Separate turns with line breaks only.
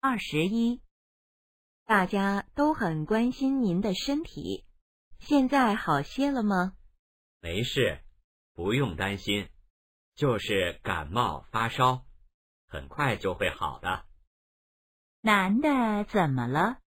二十一，大家都很关心您的身体，现在好些了吗？
没事，不用担心，就是感冒发烧，很快就会好的。
男的怎么了？